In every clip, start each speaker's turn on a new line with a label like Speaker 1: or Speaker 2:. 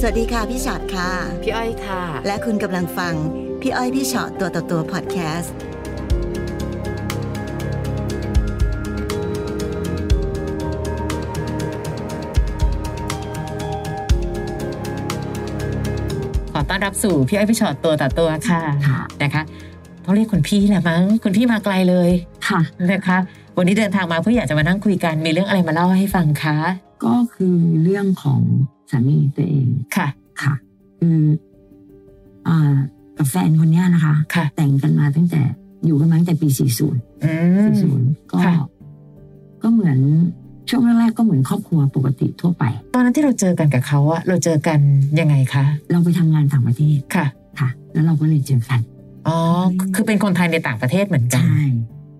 Speaker 1: สวัสดีค่ะพี่ชอตค่ะ
Speaker 2: พี่อ้อยค่ะ
Speaker 1: และคุณกำลังฟัง พี่อ้อยพี่ชอตตัวต่อตัวพอดแคสต์
Speaker 2: ขอต้อนรับสู่พี่อ้อยพี่ชอตตัวต่อตัวค่ะ
Speaker 3: ค่ะ
Speaker 2: นะคะต้องเรียกคุณพี่แหละมั้งคุณพี่มาไกลเลย
Speaker 3: ค่ะ
Speaker 2: นะคะ วันนี้เดินทางมาเพื่ออยากจะมานั่งคุยกันมีเรื่องอะไรมาเล่าให้ฟังคะ
Speaker 3: ก็คือเรื่องของสามีตัวเอง
Speaker 2: ค่ะ
Speaker 3: ค่ะ คืออ่ากับแฟนคนเนี้ยนะคะ
Speaker 2: ค่ะ
Speaker 3: แต่งกันมาตั้งแต่อยู่กันมาตั้งแต่ปี 40
Speaker 2: อืม
Speaker 3: 40 ก็
Speaker 2: ค่ะ
Speaker 3: ก็เหมือนช่วงแรกๆก็เหมือนครอบครัวปกติทั่วไป
Speaker 2: ตอนนั้นที่เราเจอกันกับเขาอะเราเจอกันยังไงคะ
Speaker 3: เราไปทำงานต่างประเทศ
Speaker 2: ค่ะ
Speaker 3: ค่ะ แล้วเราก็เลยเจอกัน
Speaker 2: อ๋อคือเป็นคนไทยในต่างประเทศเหมือนกัน
Speaker 3: ใช่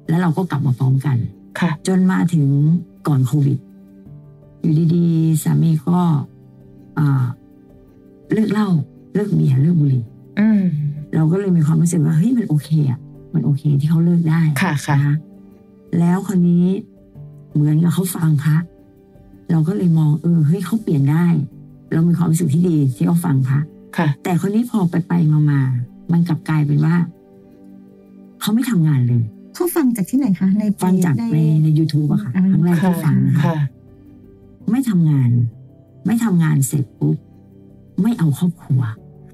Speaker 3: แล้วเราก็กลับมาพร้อมกัน
Speaker 2: ค่ะ
Speaker 3: จนมาถึงก่อนโควิด อยู่ดีๆ สามีก็อ่าเลิกเหล้าเลิกเบียร์เลิกบุหรี่
Speaker 2: อืม
Speaker 3: เราก็เลยมีความรู้สึกว่าเฮ้ยมันโอเคอ่ะ มันโอเคที่เขาเลิกได้
Speaker 2: ค่ะค่ะ
Speaker 3: นะคะแล้วคนนี้เหมือนกับเขาฟังพระเราก็เลยมองเออเฮ้ยเขาเปลี่ยนได้ เรามีความรู้สึกที่ดีที่เขาฟังพระ
Speaker 2: ค่ะ
Speaker 3: แต่คนนี้พอไปไปมามามันกลับกลายเป็นว่าเขาไม่ทำงานเลย
Speaker 1: เขาฟังจากที่ไหนคะใน
Speaker 3: ฟังจากในในยูทูบอะค่ะ
Speaker 1: อ่า
Speaker 3: ครั้งแรก
Speaker 2: ค่ะ
Speaker 3: ที่ฟังนะคะ
Speaker 2: ค่ะ
Speaker 3: ไม่ทำงาน ไม่ทำงานเสร็จปุ๊บไม่เอาครอบครัว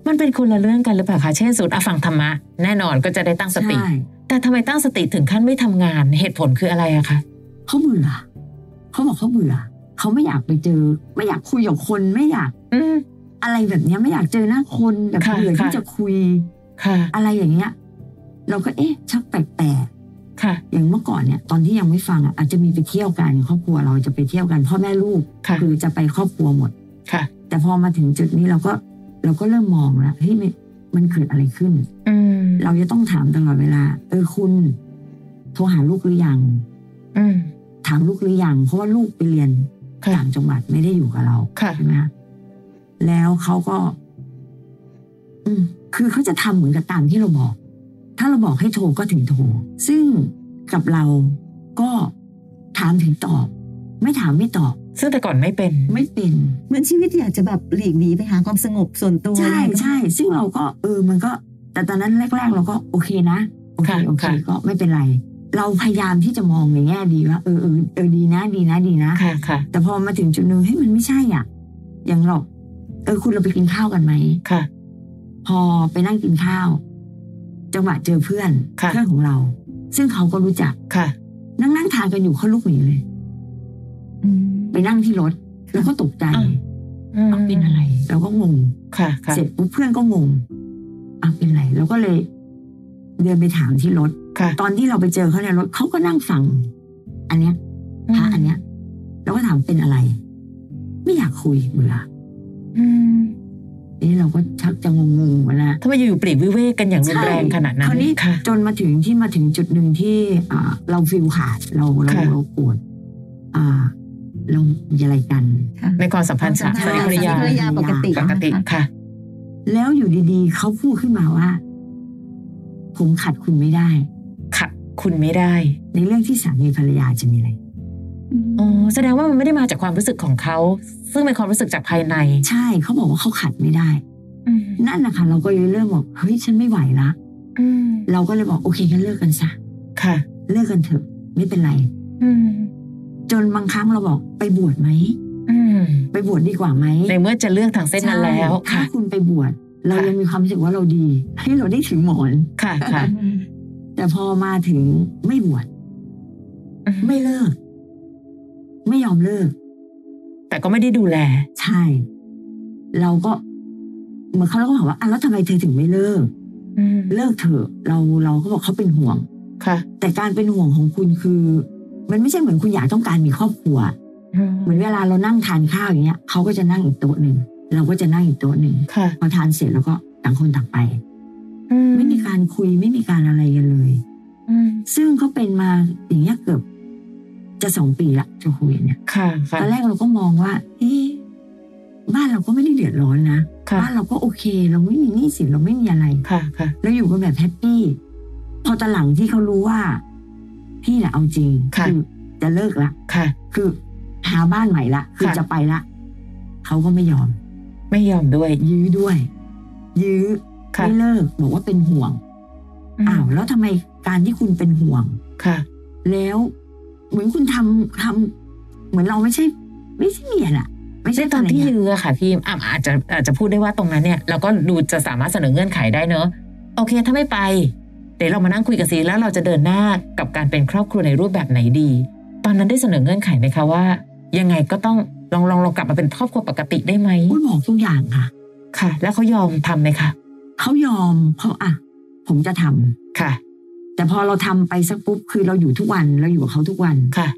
Speaker 2: มันเป็นคนละเรื่องกันหรือเปล่าคะเช่นสมมุติอ่ะฟังธรรมะแน่นอนก็จะได้ตั้งสติ
Speaker 3: ใช่
Speaker 2: แต่ทำไมตั้งสติถึงขั้นไม่ทำงานเหตุผลคืออะไรอะคะ
Speaker 3: เขาเบื่อเขาบอกเขาเบื่อเขาไม่อยากไปเจอ ไม่อยากคุยกับคนไม่อยาก
Speaker 2: อืม
Speaker 3: อะไรแบบเนี้ยไม่อยากเจอหน้าคนแบบ
Speaker 2: ค่ะ
Speaker 3: เบื่อที่
Speaker 2: ค่ะ
Speaker 3: จะคุย
Speaker 2: ค่ะ
Speaker 3: อะไรอย่างเงี้ย เราก็เอ๊ะ ชักแปลก
Speaker 2: ค่ะ
Speaker 3: ๆอย่างเมื่อก่อนเนี่ย ตอนที่ยังไม่ฟังอ่ะอาจจะมีไปเที่ยวกันครอบครัวเราจะไปเที่ยวกันพ่อแม่ลูก
Speaker 2: ค่ะ
Speaker 3: คือจะไปครอบครัวหมด
Speaker 2: ค่ะ
Speaker 3: แต่พอมาถึงจุดนี้เราก็เราก็เริ่มมองแล้วเฮ้ยมันมันเกิดอะไรขึ้น
Speaker 2: อืม
Speaker 3: เราจะต้องถามตลอดเวลา เออคุณ โทรหาลูกหรือยัง
Speaker 2: อืม
Speaker 3: ถามลูกหรือยังเพราะว่าลูกไปเรียน
Speaker 2: ค่ะ
Speaker 3: ต่างจังหวัดไม่ได้อยู่กับเรา
Speaker 2: ค่ะ
Speaker 3: ใช่ไหมคะแล้วเขาก็ อืม คือเขาจะทำเหมือนกับตามที่เราบอก ถ้าเราบอกให้โทรก็ถึงโทร ซึ่งกับเราก็ถามถึงตอบ ไม่ถามไม่ตอบ
Speaker 2: ซึ่งแต่ก่อนไม่เป็น
Speaker 3: ไม่เป็น
Speaker 1: เหมือนชีวิตอยากจะแบบหลีกหนีไปหาความสงบส่วนตัว
Speaker 3: ใช่
Speaker 1: อะไรก็
Speaker 3: ใช่ ซึ่งเราก็ เออ มันก็ แต่ตอนนั้นแรก ๆ เราก็โอเคนะ โอเค
Speaker 2: ค่ะ
Speaker 3: โอเค
Speaker 2: ค่ะ
Speaker 3: ก็ไม่เป็นไร เราพยายามที่จะมองในแง่ดีว่าเออเออเออดีนะ ดีนะดีนะ
Speaker 2: ค่ะ ค่ะ
Speaker 3: แต่พอมาถึงจุดหนึ่งเฮ้ยมันไม่ใช่อ่ะ อย่างหรอกเออ คุณเราไปกินข้าวกันไหม
Speaker 2: ค่ะ
Speaker 3: พอไปนั่งกินข้าว จังหวะเจอเพื่อน
Speaker 2: ค่ะ
Speaker 3: เพื่อนของเรา ซึ่งเขาก็รู้จัก
Speaker 2: ค่ะ
Speaker 3: นั่งนั่งทานกันอยู่เขาลุกหนีเลย
Speaker 1: อืม
Speaker 3: ไปนั่งที่รถ แล้วก็ตกใจ
Speaker 2: อ้าว อืม
Speaker 3: เอาเป็นอะไรเราก็งง
Speaker 2: ค่ะ ค่ะ
Speaker 3: เสร็จปุ๊บเพื่อนก็งงอ่ะเป็นไรเราก็เลย เดินไปถามที่รถ
Speaker 2: ค่ะ
Speaker 3: ตอนที่เราไปเจอเขาในรถเขาก็นั่งฟัง อันเนี้ยพระอันเนี้ยเราก็ถามเป็นอะไร ไม่อยากคุยเบื่อ
Speaker 2: อืม
Speaker 3: นี่เราก็ชักจะงงงๆแล้วนะ
Speaker 2: ทำไมอยู่ๆปลีกวิเวกกันอย่างรุนแรงขนาดนั้น
Speaker 3: คราวนี้
Speaker 2: ค่ะ
Speaker 3: จนมาถึงที่มาถึงจุดหนึ่งที่อ่าเราฟิลขาดเราเรา
Speaker 2: ค่ะ
Speaker 3: เราปวดอ่า เรามีอะไรกัน
Speaker 2: ในความสัมพันธ์สา
Speaker 1: ความสัมพันธ์
Speaker 2: มีภรรยา
Speaker 1: สามีภรรยาปกติ
Speaker 2: ปกติค่ะ
Speaker 3: แล้วอยู่ดีๆ เขาพูดขึ้นมาว่า ผมขัดคุณไม่ได้
Speaker 2: ค่ะ คุณไม่ได้
Speaker 3: ในเรื่องที่สามีภรรยาจะมีอะไร
Speaker 1: อืม
Speaker 2: อ๋อแสดงว่ามันไม่ได้มาจากความรู้สึกของเขา ซึ่งเป็นความรู้สึกจากภายใน
Speaker 3: ใช่เขาบอกว่าเขาขัดไม่ได้
Speaker 2: อืม
Speaker 3: นั่นแหละค่ะเราก็เลยเริ่มบอกเฮ้ยฉันไม่ไหวละ
Speaker 2: อืม
Speaker 3: เราก็เลยบอกโอเคงั้นเลิกกันซะ
Speaker 2: ค่ะ
Speaker 3: เลิกกันเถอะไม่เป็นไร
Speaker 2: อืม
Speaker 3: จนบางครั้งเราบอกไปบวชไหม
Speaker 2: อืม
Speaker 3: ไปบวชดีกว่าไหม
Speaker 2: ในเมื่อจะเลือกทางเส้นนั้นแล้ว
Speaker 3: ใช่ถ้า
Speaker 2: ค่ะ
Speaker 3: คุณไปบวชเรา
Speaker 2: ค่ะ
Speaker 3: ยังมีความรู้สึกว่าเราดีให้เราได้ถึงหมอน
Speaker 2: ค่ะค่ะ
Speaker 1: อืม
Speaker 3: แต่พอมาถึงไม่บวชไม่เลิก ไม่ยอมเลิก
Speaker 2: แต่ก็ไม่ได้ดูแล
Speaker 3: ใช่ เราก็เหมือนเขาเราก็ถามว่าอ่ะแล้วทำไมเธอถึงไม่เลิก เลิกเถอะเราเราก็บอกเขาเป็นห่วง
Speaker 2: ค่ะ
Speaker 3: แต่การเป็นห่วงของคุณคือ มันไม่ใช่เหมือนคุณอยากต้องการมีครอบครัว เหมือนเวลาเรานั่งทานข้าวอย่างเงี้ยเขาก็จะนั่งอีกโต๊ะหนึ่งเราก็จะนั่งอีกโต๊ะหนึ่ง
Speaker 2: ค่ะ
Speaker 3: พอทานเสร็จแล้วก็ต่างคนต่างไป ไม่มีการคุยไม่มีการอะไรกันเลย
Speaker 2: อืม
Speaker 3: ซึ่งเขาเป็นมาอย่างเงี้ยเกือบจะสองปีละจะคุยเนี่ย
Speaker 2: ค่ะ
Speaker 3: ต
Speaker 2: ค่ะ
Speaker 3: อนแรกเราก็มองว่าเอ๊ะบ้านเราก็ไม่ได้เดือดร้อนนะ
Speaker 2: ค่ะ
Speaker 3: บ้านเราก็โอเค เราไม่มีหนี้สินเราไม่มีอะไร
Speaker 2: ค่ะค่ะ
Speaker 3: เราอยู่กันแบบแฮปปี้พอตอนหลังที่เขารู้ว่า พี่แหละเอาจริง
Speaker 2: ค่ะ
Speaker 3: จะเลิกละ
Speaker 2: ค่ะ
Speaker 3: คือหาบ้านใหม่ละคือ
Speaker 2: ค่ะ
Speaker 3: จะไปละเขาก็ไม่ยอม
Speaker 2: ไม่ยอมด้วย
Speaker 3: ยื้อด้วย ยื้อ
Speaker 2: ค่ะ
Speaker 3: ไม่เลิกบอกว่าเป็นห่วง อ้าวแล้วทำไมการที่คุณเป็นห่วง
Speaker 2: ค่ะ
Speaker 3: แล้วเหมือนคุณทำทำเหมือนเราไม่ใช่ ไม่ใช่เมียน่ะ ไม่ใช่
Speaker 2: ในตอนที่
Speaker 3: ภรรยา
Speaker 2: ยื้ออะค่ะพี่อ่ะอาจจะอาจจะพูดได้ว่าตรงนั้นเนี่ยเราก็ดูจะสามารถเสนอเงื่อนไขได้เนอะโอเค ถ้าไม่ไป เดี๋ยวเรามานั่งคุยกันสิแล้วเราจะเดินหน้ากับการเป็นครอบครัวในรูปแบบไหนดี ตอนนั้นได้เสนอเงื่อนไขไหมคะว่า ยังไงก็ต้องลองลองลองกลับมาเป็นครอบครัวปกติได้ไหม
Speaker 3: คุณบอกทุกอย่างค่ะ
Speaker 2: ค่ะ แล้วเขายอมทำไหมคะ
Speaker 3: เขายอมเขาอ่ะ ผมจะทำ
Speaker 2: ค่ะ
Speaker 3: แต่พอเราทำไปสักปุ๊บคือเราอยู่ทุกวันเราอยู่กับเขาทุกวัน
Speaker 2: ค่ะ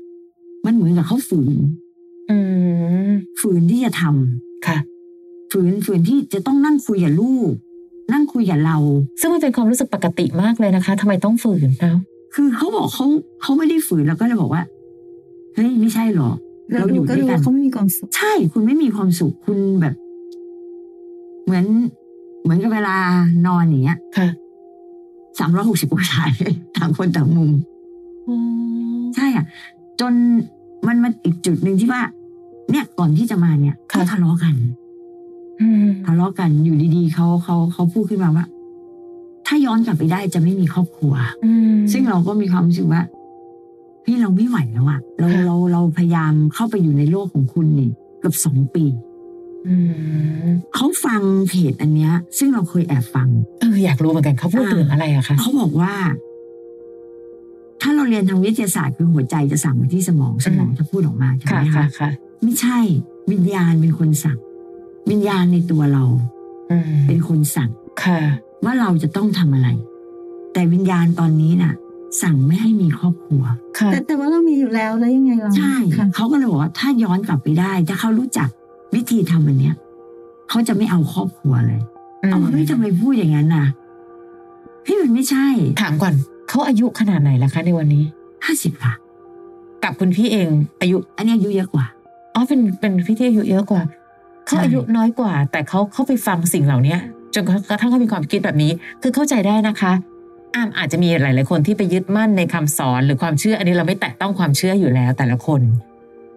Speaker 3: มันเหมือนกับเขาฝืน
Speaker 2: อืม
Speaker 3: ฝืนที่จะทำ
Speaker 2: ค่ะ
Speaker 3: ฝืนฝืนที่จะต้องนั่งคุยกับลูก นั่งคุยกับเรา
Speaker 2: ซึ่งมันเป็นความรู้สึกปกติมากเลยนะคะทำไมต้องฝืนนะ
Speaker 3: คือเขาบอกเขาเขาไม่ได้ฝืนเราก็เลยบอกว่าเฮ้ยไม่ใช่หรอกเราอยู่ด้วยกัน
Speaker 4: เขาไม่มีความสุข
Speaker 3: ใช่คุณไม่มีความสุขคุณแบบ เหมือน เหมือนกับเวลานอนอย่างเงี้ย
Speaker 2: ค่ะ
Speaker 3: สามร้อยหกสิบองศาเลยต่างคนต่างมุม ใช่อ่ะ จนมันมาอีกจุดหนึ่งที่ว่า เนี่ยก่อนที่จะมาเนี่ยเขาทะเลาะกัน
Speaker 2: อืม
Speaker 3: ทะเลาะกันอยู่ดีๆเขาเขาเขาพูดขึ้นมาว่า ถ้าย้อนกลับไปได้จะไม่มีครอบครัว
Speaker 2: อืม
Speaker 3: ซึ่งเราก็มีความรู้สึกว่าพี่เราไม่ไหวแล้วอะเรา
Speaker 2: ค่ะ
Speaker 3: เราเราพยายามเข้าไปอยู่ในโลกของคุณนี่เกือบสองปี
Speaker 2: อืม
Speaker 3: เขาฟังเพจอันเนี้ย ซึ่งเราเคยแอบฟัง
Speaker 2: เอออยากรู้เหมือนกันเขาพูดถึงอะไรอะคะ
Speaker 3: เขาบอกว่า ถ้าเราเรียนทางวิทยาศาสตร์คือหัวใจจะสั่งไปที่สมองสมองจะพูดออกมาใช่
Speaker 2: ค่ะ
Speaker 3: ไหม
Speaker 2: ค่ะ
Speaker 3: คะ
Speaker 2: ค่ะ
Speaker 3: ไม่ใช่ วิญญาณเป็นคนสั่ง วิญญาณในตัวเรา
Speaker 2: อืม
Speaker 3: เป็นคนสั่ง
Speaker 2: ค่ะ
Speaker 3: ว่าเราจะต้องทำอะไร แต่วิญญาณตอนนี้น่ะ สั่งไม่ให้มีครอบครัว
Speaker 2: ค่ะ
Speaker 4: แต่แต่ว่าเรามีอยู่แล้วแล้วยังไงเรา
Speaker 3: ใช่
Speaker 4: ค่ะ
Speaker 3: เขาก็เลยบอกว่าถ้าย้อนกลับไปได้ ถ้าเขารู้จักวิธีทำอันเนี้ยเขาจะไม่เอาครอบครัวเลยเอาเฮ้ยทำไมพูดอย่างนั้นน่ะพี่มันไม่ใช่
Speaker 2: ถามก่อนเขาอายุขนาดไหนแล้วคะในวันนี้
Speaker 3: ห้าสิบค่ะ
Speaker 2: กับคุณพี่เอง อายุ
Speaker 3: อันเนี้ยอายุเยอะกว่า
Speaker 2: อ๋อเป็นเป็นพี่ที่อายุเยอะกว่าเขา
Speaker 3: ใช่
Speaker 2: อายุน้อยกว่า แต่เขาเข้าไปฟังสิ่งเหล่านี้จนกระทั่งเขามีความคิดแบบนี้ คือเข้าใจได้นะคะอามอาจจะมีหลาย ๆ คนที่ไปยึดมั่นในคำสอนหรือความเชื่อ อันนี้เราไม่แตะต้องความเชื่ออยู่แล้วแต่ละคน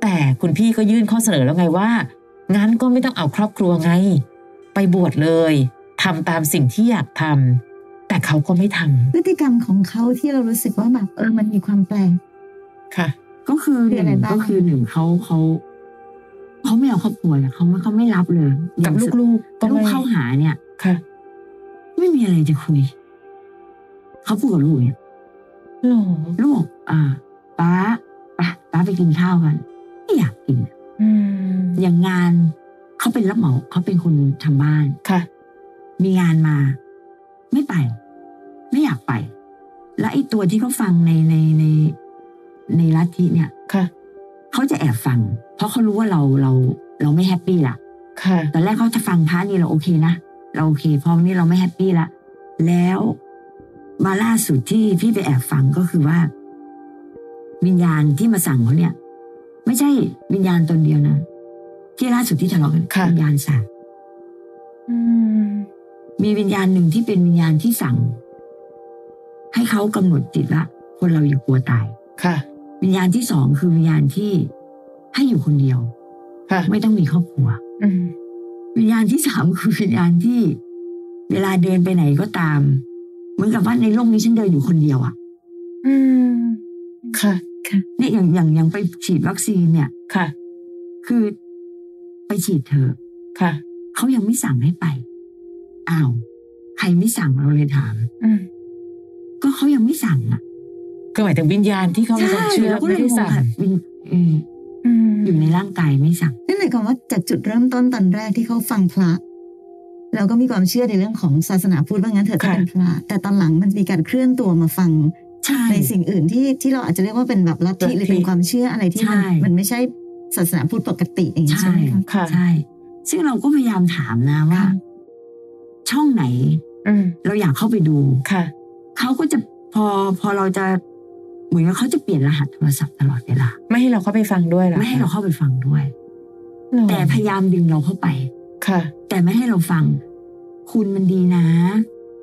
Speaker 2: แต่คุณพี่ก็ยื่นข้อเสนอแล้วไงว่างั้นก็ไม่ต้องเอาครอบครัวไง ไปบวชเลยทำตามสิ่งที่อยากทำแต่เขาก็ไม่ทำ
Speaker 4: พฤติกรรมของเขาที่เรารู้สึกว่าแบบเออมันมีความแปลก
Speaker 2: ค่ะ
Speaker 3: ก็คือ
Speaker 4: คือ
Speaker 3: ห
Speaker 4: อะไร
Speaker 3: นึ่ง
Speaker 4: บ้าง
Speaker 3: ก็คือหนึ่งเขาเขาเขาไม่เอาครอบครัวเลยเขาไม่เขาไม่รับเลย
Speaker 2: กับลูก
Speaker 3: ลูก
Speaker 2: ๆก็ไม่
Speaker 3: เข้าหาเนี่ย
Speaker 2: ค่ะ
Speaker 3: ไม่มีอะไรจะคุยเขาพูดกับลูกเนี่ย
Speaker 2: หรอ
Speaker 3: ลูก อ่าป้าป้าป้าไปกินข้าวกันไม่อยากกิน
Speaker 2: อืม
Speaker 3: อย่างงานเขาเป็นรับเหมาเขาเป็นคนทำบ้าน
Speaker 2: ค่ะ
Speaker 3: มีงานมา ไม่ไป ไม่อยากไป และไอ้ตัวที่เขาฟังในในในในลัทธิเนี่ย
Speaker 2: ค่ะ
Speaker 3: เขาจะแอบฟัง เพราะเขารู้ว่าเราเราเราไม่แฮปปี้ละ
Speaker 2: ค่ะ
Speaker 3: ตอนแรกเขาจะฟังพระนี่เราโอเคนะ เราโอเคพอวันนี้เราไม่แฮปปี้ละ แล้วมาล่าสุดที่พี่ไปแอบฟังก็คือว่า วิญญาณที่มาสั่งเขาเนี่ย ไม่ใช่วิญญาณตนเดียวนะ ที่ล่าสุดที่ทะเลาะกัน
Speaker 2: ค่ะ
Speaker 3: วิญญาณสั่ง
Speaker 2: อืม
Speaker 3: มีวิญญาณหนึ่งที่เป็นวิญญาณที่สั่ง ให้เขากำหนดจิตละ คนเราอย่ากลัวตาย
Speaker 2: ค่ะ
Speaker 3: วิญญาณที่สองคือวิญญาณที่ให้อยู่คนเดียว
Speaker 2: ค่ะ
Speaker 3: ไม่ต้องมีครอบครัว
Speaker 2: อืม
Speaker 3: วิญญาณที่สามคือวิญญาณที่ เวลาเดินไปไหนก็ตาม เหมือนกับว่าในโลกนี้ฉันเดินอยู่คนเดียวอะ
Speaker 2: อืมค่ะ
Speaker 3: เนี่ยอย่างอย่างอย่างไปฉีดวัคซีนเนี่ย
Speaker 2: ค่ะ
Speaker 3: คือไปฉีดเถอะ
Speaker 2: ค่ะ
Speaker 3: เขายังไม่สั่งให้ไปอ้าวใครไม่สั่งเราเลยถาม
Speaker 2: อืม
Speaker 3: ก็เขายังไม่สั่งอะ
Speaker 2: คือหมายถึงวิญญาณที่เขามีความเชื่อ
Speaker 3: เราก็
Speaker 2: ไม่
Speaker 3: เลย
Speaker 2: ได้
Speaker 3: งง
Speaker 2: สั่ง
Speaker 3: ค่ะวิญอืม
Speaker 2: อืม
Speaker 3: อยู่ในร่างกายไม่สั่ง
Speaker 4: นั่นหมายความว่าจากจุดเริ่มต้นตอนแรกที่เขาฟังพระเราก็มีความเชื่อในเรื่องของศาสนาพุทธว่างั้นเถอะก็เป็นพระแต่ตอนหลังมันมีการเคลื่อนตัวมาฟัง
Speaker 3: ใช่
Speaker 4: ในสิ่งอื่นที่ที่เราอาจจะเรียกว่าเป็นแบบลัทธิหรือเป็นความเชื่ออะไรที่มัน
Speaker 3: ใช่
Speaker 4: มันไม่ใช่ศาสนาพุทธปกติอย่างนี้
Speaker 3: ใช่
Speaker 4: ใช่ไหมคะ
Speaker 2: ค่ะ
Speaker 3: ใช่ ซึ่งเราก็พยายามถามนะว่า ช่องไหน
Speaker 2: อืม
Speaker 3: เราอยากเข้าไปดู
Speaker 2: ค่ะ
Speaker 3: เขาก็จะพอพอเราจะเหมือนกับเขาจะเปลี่ยนรหัสโทรศัพท์ตลอดเวลา
Speaker 2: ไม่ให้เราเข้าไปฟังด้วยหรอ
Speaker 3: ไม่ให้เราเข้าไปฟังด้วย
Speaker 2: หรอ
Speaker 3: แต่พยายามดึงเราเข้าไป
Speaker 2: ค่ะ
Speaker 3: แต่ไม่ให้เราฟัง คุณมันดีนะ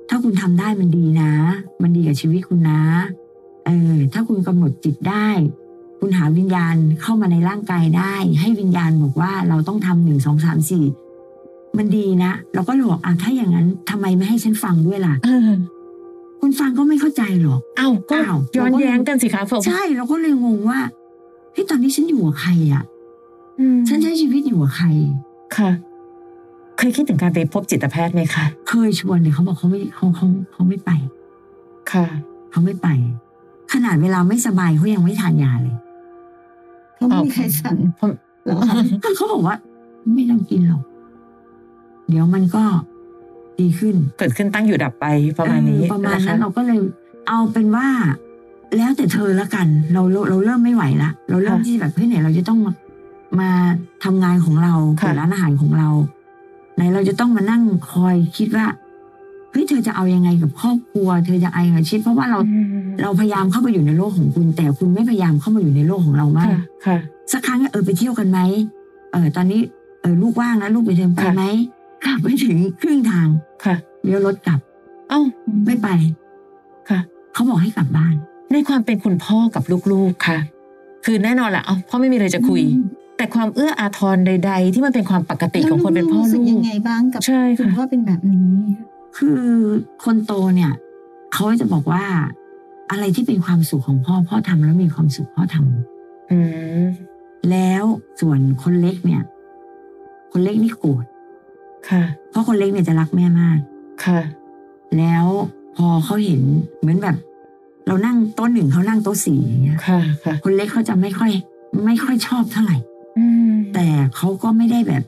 Speaker 3: ถ้าคุณทำได้มันดีนะ มันดีกับชีวิตคุณนะ เออ ถ้าคุณกำหนดจิตได้ คุณหาวิญญาณเข้ามาในร่างกายได้ ให้วิญญาณบอกว่าเราต้องทำหนึ่งสองสามสี่ มันดีนะ เราก็เลยบอกอ่ะถ้าอย่างนั้นทำไมไม่ให้ฉันฟังด้วยล่ะ
Speaker 2: เออ
Speaker 3: คุณฟังก็ไม่เข้าใจหรอก
Speaker 2: เอ้าก็
Speaker 3: อ้าว
Speaker 2: ย้อนแย้งกันสิคะผม
Speaker 3: ใช่เราก็เลยงงว่าเฮ้ยตอนนี้ฉันอยู่กับใครอ่ะ
Speaker 2: อืม
Speaker 3: ฉันใช้ชีวิตอยู่กับใคร
Speaker 2: ค่ะ เคยคิดถึงการไปพบจิตแพทย์ไหมคะ
Speaker 3: เคยชวนเนี่ยเขาบอกเขาไม่เขาเขาเขาไม่ไป
Speaker 2: ค่ะ
Speaker 3: เขาไม่ไป ขนาดเวลาไม่สบายเขายังไม่ทานยาเลย
Speaker 4: เขาไม่มีใครสั่ง
Speaker 2: ผม
Speaker 4: เหรอ
Speaker 3: เขาบอกว่า ไม่ต้องกินหรอก เดี๋ยวมันก็ดีขึ้น
Speaker 2: เกิดขึ้นตั้งอยู่ดับไปประมาณนี้
Speaker 3: เออประมาณ
Speaker 2: ค
Speaker 3: นั้นเราก็เลยเอาเป็นว่า แล้วแต่เธอละกัน เราเราเราเริ่มไม่ไหวละเราเริ่มที่แบบเฮ้ยไหนเราจะต้องมามาทำงานของเราเปิดร้านอาหารของเราไหนเราจะต้องมานั่งคอยคิดว่าเฮ้ยเธอจะเอายังไงกับครอบครัว เธอจะเอายังไงกับชีวิตเพราะว่าเรา
Speaker 2: อืม
Speaker 3: เราพยายามเข้าไปอยู่ในโลกของคุณ แต่คุณไม่พยายามเข้ามาอยู่ในโลกของเรามาก
Speaker 2: ค่ะค่ะ
Speaker 3: สักครั้งเออไปเที่ยวกันไหมเออตอนนี้เออลูกว่างนะลูกไปเดินไป
Speaker 2: ค่ะ
Speaker 3: ไหมกลับไปถึงครึ่งทาง
Speaker 2: ค่ะ
Speaker 3: เลี้ยวรถกลับ
Speaker 2: เอ้า
Speaker 3: ไม่ไป
Speaker 2: ค่ะ
Speaker 3: เขาบอกให้กลับบ้าน
Speaker 2: ในความเป็นคุณพ่อกับลูกๆค่ะ คือแน่นอนแหละเอ้าพ่อไม่มีอะไรจะคุย แต่ความเอื้ออาทรใด ๆ ที่มันเป็นความปกติของคนเป็นพ่อ
Speaker 4: แล้ว
Speaker 2: ลู
Speaker 4: รู้สึ
Speaker 2: ก
Speaker 4: ยังไงบ้างกับ
Speaker 2: ใช่
Speaker 4: คุณ
Speaker 2: ค่ะ
Speaker 4: พ่อเป็นแบบนี้
Speaker 3: คือคนโตเนี่ยเขาจะบอกว่า อะไรที่เป็นความสุขของพ่อพ่อทำแล้วมีความสุขพ่อทำ
Speaker 2: อืม
Speaker 3: แล้วส่วนคนเล็กเนี่ย คนเล็กนี่โกรธ
Speaker 2: ค่ะ
Speaker 3: เพราะคนเล็กเนี่ยจะรักแม่มาก
Speaker 2: ค่ะ
Speaker 3: แล้วพอเขาเห็นเหมือนแบบ เรานั่งโต๊ะหนึ่งเขานั่งโต๊ะสี่อย่างเงี้ย
Speaker 2: ค่ะค่ะ
Speaker 3: คนเล็กเขาจะไม่ค่อย ไม่ค่อยชอบเท่าไหร่
Speaker 2: อืม
Speaker 3: แต่เขาก็ไม่ได้แบบ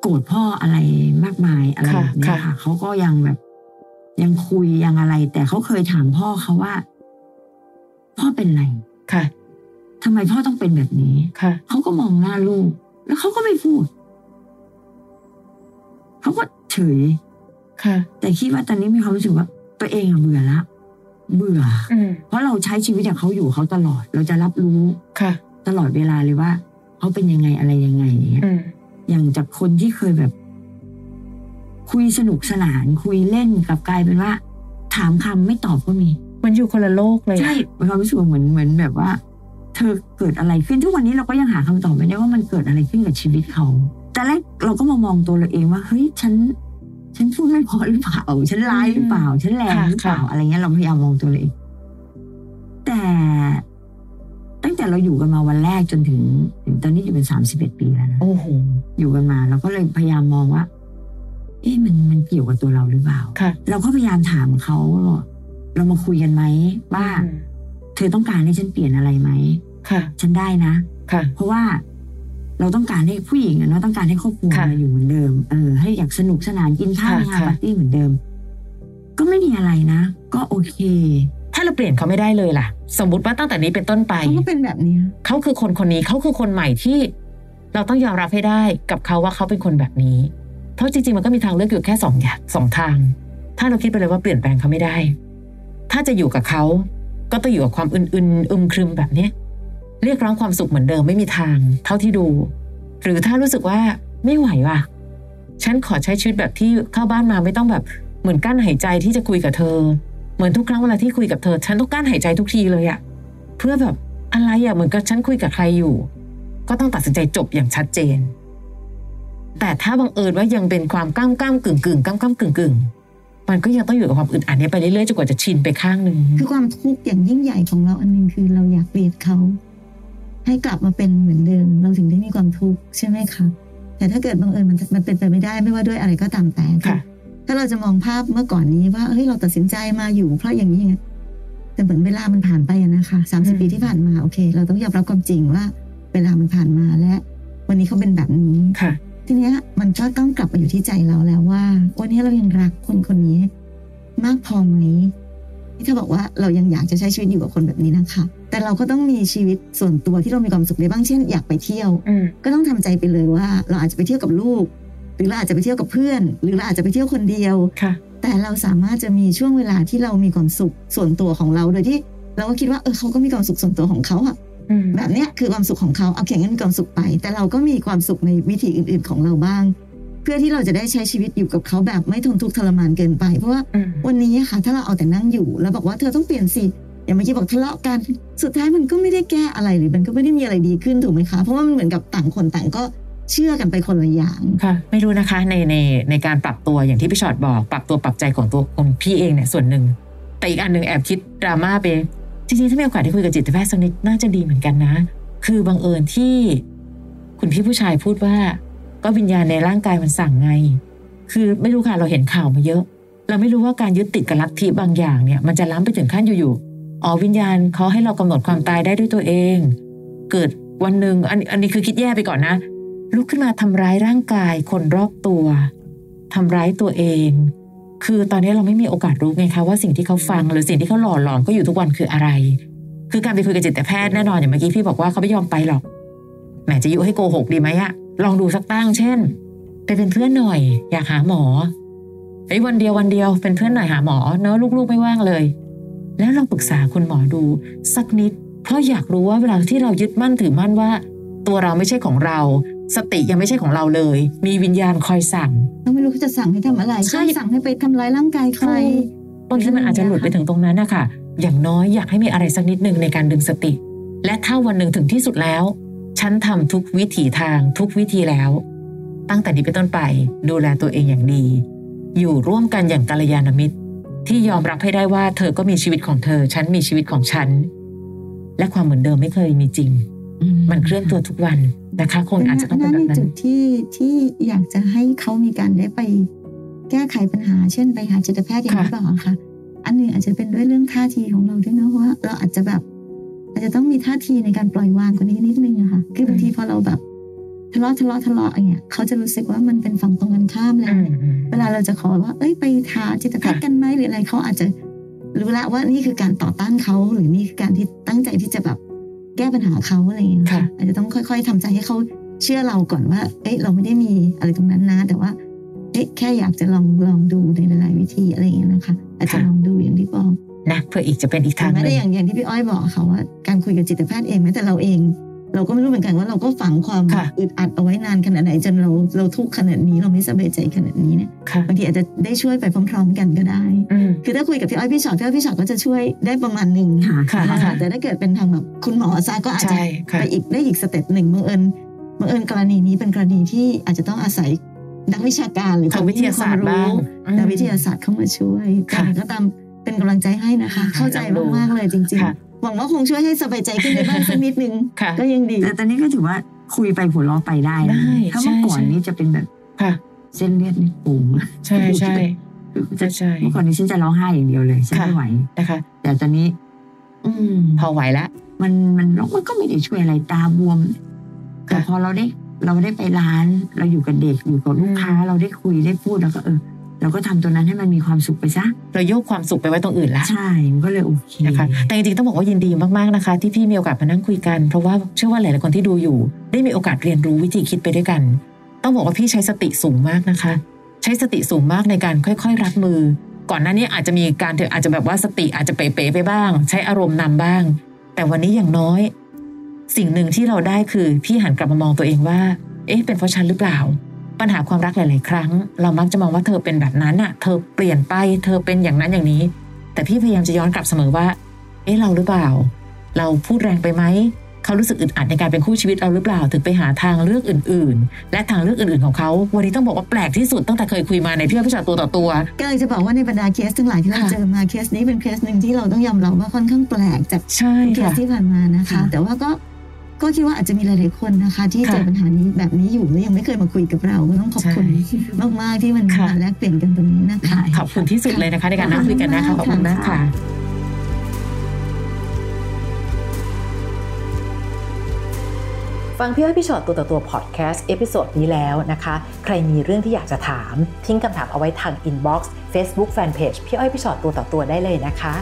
Speaker 3: โกรธพ่ออะไรมากมายอะไรแบบเนี้ยค่ะเขาก็ยังแบบ ยังคุยยังอะไร แต่เขาเคยถามพ่อเขาว่า พ่อเป็นไร
Speaker 2: ค่ะ
Speaker 3: ทำไมพ่อต้องเป็นแบบนี้
Speaker 2: ค่ะ
Speaker 3: เขาก็มองหน้าลูก แล้วเขาก็ไม่พูดเขาก็เฉย
Speaker 2: ค่ะ
Speaker 3: แต่คิดว่าตอนนี้มีความรู้สึกว่า ตัวเองอะเบื่อละ เบื่อ
Speaker 2: อืม
Speaker 3: เพราะเราใช้ชีวิตกับเขาอยู่กับเขาตลอด เราจะรับรู้
Speaker 2: ค่ะ
Speaker 3: ตลอดเวลาเลยว่าเขาเป็นยังไงอะไรยังไงอย่างเงี้ย
Speaker 2: อืม
Speaker 3: อย่างจากคนที่เคยแบบ คุยสนุกสนาน คุยเล่นกลับกลายเป็นว่า ถามคำไม่ตอบก็มี
Speaker 2: มันอยู่คนละโลกเลยอะ
Speaker 3: ใช่มีความรู้สึกว่าเหมือนเหมือนแบบว่า เธอเกิดอะไรขึ้นทุกวันนี้เราก็ยังหาคำตอบไม่ได้ว่ามันเกิดอะไรขึ้นกับชีวิตเขาแต่แรกเราก็มามองตัวเราเองว่าเฮ้ยฉัน ฉันพูดไม่พอหรือเปล่า ฉันร้ายหรือเปล่า ฉันแรงหรือเปล่าอะไรเงี้ยเราพยายามมองตัวเราเอง แต่ตั้งแต่เราอยู่กันมาวันแรกจนถึงถึงตอนนี้อยู่เป็นสามสิบเอ็ดปีแล้วนะ
Speaker 2: โอ้โห
Speaker 3: อยู่กันมาเราก็เลยพยายามมองว่า เอ๊ะมันมันเกี่ยวกับตัวเราหรือเปล่า
Speaker 2: ค่ะ
Speaker 3: เราก็พยายามถามเขาว่าเรามาคุยกันไหมว่า
Speaker 2: อืม
Speaker 3: เธอต้องการให้ฉันเปลี่ยนอะไรไหม
Speaker 2: ค่ะ
Speaker 3: ฉันได้นะ
Speaker 2: ค่ะ
Speaker 3: เพราะว่าเราต้องการให้ผู้หญิงอะเนาะต้องการให้ครอบครัว
Speaker 2: ค่ะ
Speaker 3: มาอยู่เหมือนเดิม เออ ให้อยากสนุกสนานกินข้าว
Speaker 2: ค่ะ
Speaker 3: มีงาน
Speaker 2: ค่ะ
Speaker 3: ปาร์ตี้เหมือนเดิม ก็ไม่มีอะไรนะ ก็โอเค
Speaker 2: ถ้าเราเปลี่ยนเขาไม่ได้เลยล่ะ สมมติว่าตั้งแต่นี้เป็นต้นไป
Speaker 4: เขาก็เป็นแบบนี้
Speaker 2: เขาคือคนคนนี้เขาคือคนใหม่ที่ เราต้องยอมรับให้ได้กับเขาว่าเขาเป็นคนแบบนี้ เพราะจริงๆ มันก็มีทางเลือกอยู่แค่สองอย่างสองทาง ถ้าเราคิดไปเลยว่าเปลี่ยนแปลงเขาไม่ได้ ถ้าจะอยู่กับเขาก็ต้องอยู่กับความอึนๆอึมครึมแบบเนี้ยเรียกร้องความสุขเหมือนเดิมไม่มีทาง เท่าที่ดู หรือถ้ารู้สึกว่าไม่ไหวว่ะ ฉันขอใช้ชีวิตแบบที่เข้าบ้านมาไม่ต้องแบบเหมือนกั้นหายใจที่จะคุยกับเธอ เหมือนทุกครั้งเวลาที่คุยกับเธอ ฉันต้องกั้นหายใจทุกทีเลยอะเพื่อแบบอะไรอะเหมือนกับฉันคุยกับใครอยู่ ก็ต้องตัดสินใจจบอย่างชัดเจน แต่ถ้าบังเอิญว่ายังเป็นความก้ามก้ามกึ่งกึ่งก้ามก้ามกึ่งกึ่งมันก็ยังต้องอยู่กับความอึดอัดเนี้ไปเรื่อยๆจนกว่าจะชินไปข้างหนึ่ง
Speaker 4: คือความทุกข์อย่างยิ่งใหญ่ของเราอันหนึงคือเราอยากเปลี่ยนเขา ให้กลับมาเป็นเหมือนเดิม เราถึงได้มีความทุกข์ใช่ไหมคะแต่ถ้าเกิดบังเอิญมันมันเป็นไปไม่ได้ไม่ว่าด้วยอะไรก็ตามแต่
Speaker 2: ค่ะ
Speaker 4: ถ้าเราจะมองภาพเมื่อก่อนนี้ว่าเฮ้ยเราตัดสินใจมาอยู่ เพราะอย่างนี้อย่างนั้นแต่เหมือนเวลามันผ่านไปอะนะคะสามสิบปีที่ผ่านมาโอเค เราต้องยอมรับความจริงว่า เวลามันผ่านมาและ วันนี้เขาเป็นแบบนี้
Speaker 2: ค่ะ
Speaker 4: ทีเนี้ยมันก็ต้องกลับมาอยู่ที่ใจเราแล้วว่า วันนี้เรายังรักคนคนนี้ มากพอไหมที่ถ้าบอกว่าเรายังอยากจะใช้ชีวิตอยู่กับคนแบบนี้นะคะ แต่เราก็ต้องมีชีวิตส่วนตัวที่เรามีความสุขได้บ้างเช่นอยากไปเที่ยว
Speaker 2: อืม
Speaker 4: ก็ต้องทำใจไปเลยว่า เราอาจจะไปเที่ยวกับลูก หรือเราอาจจะไปเที่ยวกับเพื่อน หรือเราอาจจะไปเที่ยวคนเดียว
Speaker 2: ค่ะ
Speaker 4: แต่เราสามารถจะมีช่วงเวลาที่เรามีความสุขส่วนตัวของเราโดยที่ เราก็คิดว่าเออเขาก็มีความสุขส่วนตัวของเขาอะ
Speaker 2: อืม
Speaker 4: แบบเนี้ยคือความสุขของเขาเอาแข่งกันมีความสุขไป แต่เราก็มีความสุขในวิธีอื่น ๆ ของเราบ้าง เพื่อที่เราจะได้ใช้ชีวิตอยู่กับเขาแบบไม่ทนทุกข์ทรมานเกินไป เพราะว่า
Speaker 2: อืม
Speaker 4: วันนี้ค่ะ ถ้าเราเอาแต่นั่งอยู่ แล้วบอกว่าเธอต้องเปลี่ยนสิอย่ามายี่บอกทะเลาะกัน สุดท้ายมันก็ไม่ได้แก้อะไรหรือมันก็ไม่ได้มีอะไรดีขึ้นถูกไหมคะเพราะว่ามันเหมือนกับต่างคนต่างก็ เชื่อกันไปคนละอย่าง
Speaker 2: ค่ะ ไม่รู้นะคะในในในการปรับตัวอย่างที่พี่ชอดบอก ปรับตัวปรับใจของตัวคนพี่เองเนี่ยส่วนหนึ่ง แต่อีกอันหนึ่งแอบคิดดราม่าไปจริงๆถ้ามีโอกาสได้คุยกับจิตแพทย์สักนิดน่าจะดีเหมือนกันนะ คือบังเอิญที่ คุณพี่ผู้ชายพูดว่า ก็วิญญาณในร่างกายมันสั่งไง คือไม่รู้ค่ะเราเห็นข่าวมาเยอะ เราไม่รู้ว่าการยึดติดกับลัทธิบางอย่างเนี่ย มันจะล้ำไปถึงขั้นอยู่ๆอ๋อวิญญาณเขาให้เรากำหนดความตายได้ด้วยตัวเอง เกิดวันหนึ่งอันอันนี้คือคิดแย่ไปก่อนนะ ลุกขึ้นมาทำร้ายร่างกายคนรอบตัวทำร้ายตัวเอง คือตอนนี้เราไม่มีโอกาสรู้ไงคะว่าสิ่งที่เขาฟังหรือสิ่งที่เขาหล่อหลอมก็อยู่ทุกวันคืออะไร คือการไปคุยกับจิตแพทย์แน่นอนอย่างเมื่อกี้พี่บอกว่าเขาไม่ยอมไปหรอกแหมจะยุให้โกหกดีไหมอะลองดูสักตั้งเช่น ไปเป็นเพื่อนหน่อย อยากหาหมอไอ้ยวันเดียววันเดียวเป็นเพื่อนหน่อยหาหมอเนอะลูกๆไม่ว่างเลย แล้วลองปรึกษาคุณหมอดูสักนิด เพราะอยากรู้ว่าเวลาที่เรายึดมั่นถือมั่นว่า ตัวเราไม่ใช่ของเรา สติยังไม่ใช่ของเราเลย มีวิญญาณคอยสั่ง
Speaker 4: เราไม่รู้เขาจะสั่งให้ทำอะไร
Speaker 2: ใช่
Speaker 4: เขาสั่งให้ไปทำร้ายร่างกายใคร
Speaker 2: บางทีมันอาจจะหลุดไปถึงตรงนั้นนะคะอย่างน้อยอยากให้มีอะไรสักนิดหนึ่งในการดึงสติ และถ้าวันหนึ่งถึงที่สุดแล้ว ฉันทำทุกวิถีทางทุกวิธีแล้ว ตั้งแต่นี้เป็นต้นไป ดูแลตัวเองอย่างดี อยู่ร่วมกันอย่างกัลยาณมิตร ที่ยอมรับให้ได้ว่าเธอก็มีชีวิตของเธอ ฉันมีชีวิตของฉัน และความเหมือนเดิมไม่เคยมีจริง มันเคลื่อนตัวทุกวันนะคะ คงอาจจะต้องเป็นแบบ
Speaker 4: ใน
Speaker 2: นั้
Speaker 4: จุ
Speaker 2: น
Speaker 4: ดที่ที่อยากจะให้เขามีการได้ไปแก้ไขปัญหา เช่นไปหาจิตแพทย์อย่าง
Speaker 2: ค่ะ
Speaker 4: ที่บอกอะค่ะ อันหนึ่งอาจจะเป็นด้วยเรื่องท่าทีของเราด้วยนะว่า เราอาจจะแบบอาจจะต้องมีท่าทีในการปล่อยวางกว่านี้นิดนึงอะค่ะ คือบางทีพอเราแบบทะเลาะทะเลาะทะเลาะอย่างเงี้ยเขาจะรู้สึกว่ามันเป็นฝั่งตรงกันข้ามแล้ว
Speaker 2: อืมอืม
Speaker 4: เวลาเราจะขอว่า เอ้ย ไปหาจิตแพทย์
Speaker 2: ค่ะ
Speaker 4: กันไหมหรืออะไรเขาอาจจะรู้ละว่านี่คือการต่อต้านเขาหรือนี่คือการที่ตั้งใจที่จะแบบแก้ปัญหาเขาอะไรอย่างเงี้ย
Speaker 2: ค่ะ
Speaker 4: อาจจะต้องค่อย ๆทำใจให้เขาเชื่อเราก่อนว่า เอ้ย เราไม่ได้มีอะไรตรงนั้นนะ แต่ว่า เอ้ย แค่อยากจะลองลองดูในหลายๆวิธีอะไรอย่างเงี้ยนะคะ อาจจะ
Speaker 2: ค่ะ
Speaker 4: ลองดูอย่างที่บอก
Speaker 2: นะเพื่ออีกจะเป็นอีกทางห
Speaker 4: ไม่
Speaker 2: นึ่
Speaker 4: ได้
Speaker 2: ง
Speaker 4: อย่างอย่างที่พี่อ้อยบอกค่ะว่าการคุยกับจิตแพทย์เองแม้แต่เราเอง เราก็ไม่รู้เหมือนกันว่าเราก็ฝังความ
Speaker 2: ค่ะ
Speaker 4: อึดอัดเอาไว้นานขนาดไหนจนเราเราทุกข์ขนาดนี้เราไม่สบายใจขนาดนี้เนี่ย
Speaker 2: ค่ะ
Speaker 4: บางทีอาจจะได้ช่วยไปพร้อม ๆ กันก็ได้
Speaker 2: อืม
Speaker 4: คือถ้าคุยกับพี่อ้อยพี่ชอตพี่อ้อยพี่ชอตก็จะช่วยได้ประมาณหนึ่ง
Speaker 3: ค่ะ
Speaker 2: ค่ะ
Speaker 4: อ่า
Speaker 2: ค่ะ
Speaker 4: แต่ถ้าเกิดเป็นทางแบบคุณหมอซาก็อาจจะ
Speaker 2: ใช่ค่ะ
Speaker 4: ไปอีกได้อีกสเต็ปหนึ่งบังเอิญบังเอิญกรณีนี้เป็นกรณีที่อาจจะต้องอาศัยนักวิชาการหรือ
Speaker 2: ทางวิทยาศาสตร์บ้าง
Speaker 4: นักวิทยาศาสตร์เข้ามาช่วย
Speaker 2: ค่ะ
Speaker 4: แต่ก็ตามเป็นกำลังใจให้นะคะ
Speaker 2: ค่ะ
Speaker 4: เข้าใจมากๆเลยจริง
Speaker 2: ค่ะ
Speaker 4: ๆ หวังว่าคงช่วยให้สบายใจขึ้นได้บ้างสักนิดนึง
Speaker 2: ค่ะ
Speaker 4: ก็ยังดี
Speaker 3: แต่ตอนนี้ก็ถือว่าคุยไปหัวเราะไปได้นะ
Speaker 2: ได้
Speaker 3: ถ้าเมื่อ
Speaker 2: ใช่
Speaker 3: ก่อน
Speaker 2: ใช่
Speaker 3: นี่จะเป็นแบบ
Speaker 2: ค่ะ
Speaker 3: เส้นเลือดในปุ่ม
Speaker 2: ใช่ใช่
Speaker 3: จะ
Speaker 2: ใช่
Speaker 3: เมื่อก่อนนี้ฉันจะร้องไห้อย่างเดียวเลยฉัน
Speaker 2: ค่ะ
Speaker 3: ไม่ไหว
Speaker 2: นะคะ
Speaker 3: แต่ตอนนี้ อืม
Speaker 2: พอไหวแล้ว
Speaker 3: มันมันมันก็ไม่ได้ช่วยอะไรตาบวม แต่
Speaker 2: ค่ะ
Speaker 3: พอเราได้เราได้ไปร้าน เราอยู่กับเด็กอยู่กับลูกค้า
Speaker 2: อืม
Speaker 3: เราได้คุยได้พูดแล้วก็เออ เราก็ทำตัวนั้นให้มันมีความสุขไปซะ
Speaker 2: เราโยกความสุขไปไว้ตรงอื่นละ
Speaker 3: ใช่มันก็เลยโอเค
Speaker 2: นะคะ แต่จริงๆต้องบอกว่ายินดีมากๆนะคะ ที่พี่มีโอกาสมานั่งคุยกัน เพราะว่าเชื่อว่าหลายๆคนที่ดูอยู่ ได้มีโอกาสเรียนรู้วิธีคิดไปด้วยกัน ต้องบอกว่าพี่ใช้สติสูงมากนะคะ ใช้สติสูงมากในการค่อยๆรับมือ ก่อนหน้านี้อาจจะมีการเธออาจจะแบบว่าสติอาจจะเป๋ๆไปบ้าง ใช้อารมณ์นำบ้าง แต่วันนี้อย่างน้อย สิ่งหนึ่งที่เราได้คือพี่หันกลับมามองตัวเองว่า เอ๊ะเป็นเพราะฉันหรือเปล่า ปัญหาความรักหลาย ๆ ครั้ง เรามักจะมองว่าเธอเป็นแบบนั้นน่ะ เธอเปลี่ยนไป เธอเป็นอย่างนั้นอย่างนี้ แต่พี่พยายามจะย้อนกลับเสมอว่า เอ๊ะเราหรือเปล่า เราพูดแรงไปไหม เขารู้สึกอึดอัดในการเป็นคู่ชีวิตเราหรือเปล่า ถึงไปหาทางเลือกอื่น ๆ และทางเลือกอื่น ๆ ของเขา วันนี้ต้องบอกว่าแปลกที่สุดตั้งแต่เคยคุยมาในพี่ผู้ชายตัวต่อตัว
Speaker 4: ก็เลยจะบอกว่าในบรรดาเคสทั้งหลายที่เรา
Speaker 2: ค่ะ
Speaker 4: เจอมาเคสนี้เป็นเคสหนึ่งที่เราต้องยอมรับว่าค่อนข้างแปลกจาก
Speaker 2: ใช่
Speaker 4: ทุกเค
Speaker 2: ค่ะ
Speaker 4: สที่ผ่านมานะคะ
Speaker 3: ค่ะ
Speaker 4: แต่ว่าก็ก็คิดว่าอาจจะมีหลายๆคนนะคะ ที่เจอ
Speaker 2: ค่ะ
Speaker 4: ปัญหานี้แบบนี้อยู่และยังไม่เคยมาคุยกับเราก็ต้องขอบคุณมากๆที่มัน
Speaker 2: ค่ะ
Speaker 4: มาแลกเปลี่ยนกันตรงนี้นะคะ
Speaker 2: ขอบคุณที่สุดเลยนะคะ ในการนั่งคุยกันนะคะขอบคุณมากค่ะ ฟังพี่อ้อยพี่ชอตตัวต่อตัวพอดแคสต์เอพิโซดนี้แล้วนะคะ ใครมีเรื่องที่อยากจะถาม ทิ้งคำถามเอาไว้ทางอินบ็อกซ์เฟซบุ๊กแฟนเพจพี่อ้อยพี่ชอตตัวต่อตัวได้เลยนะคะ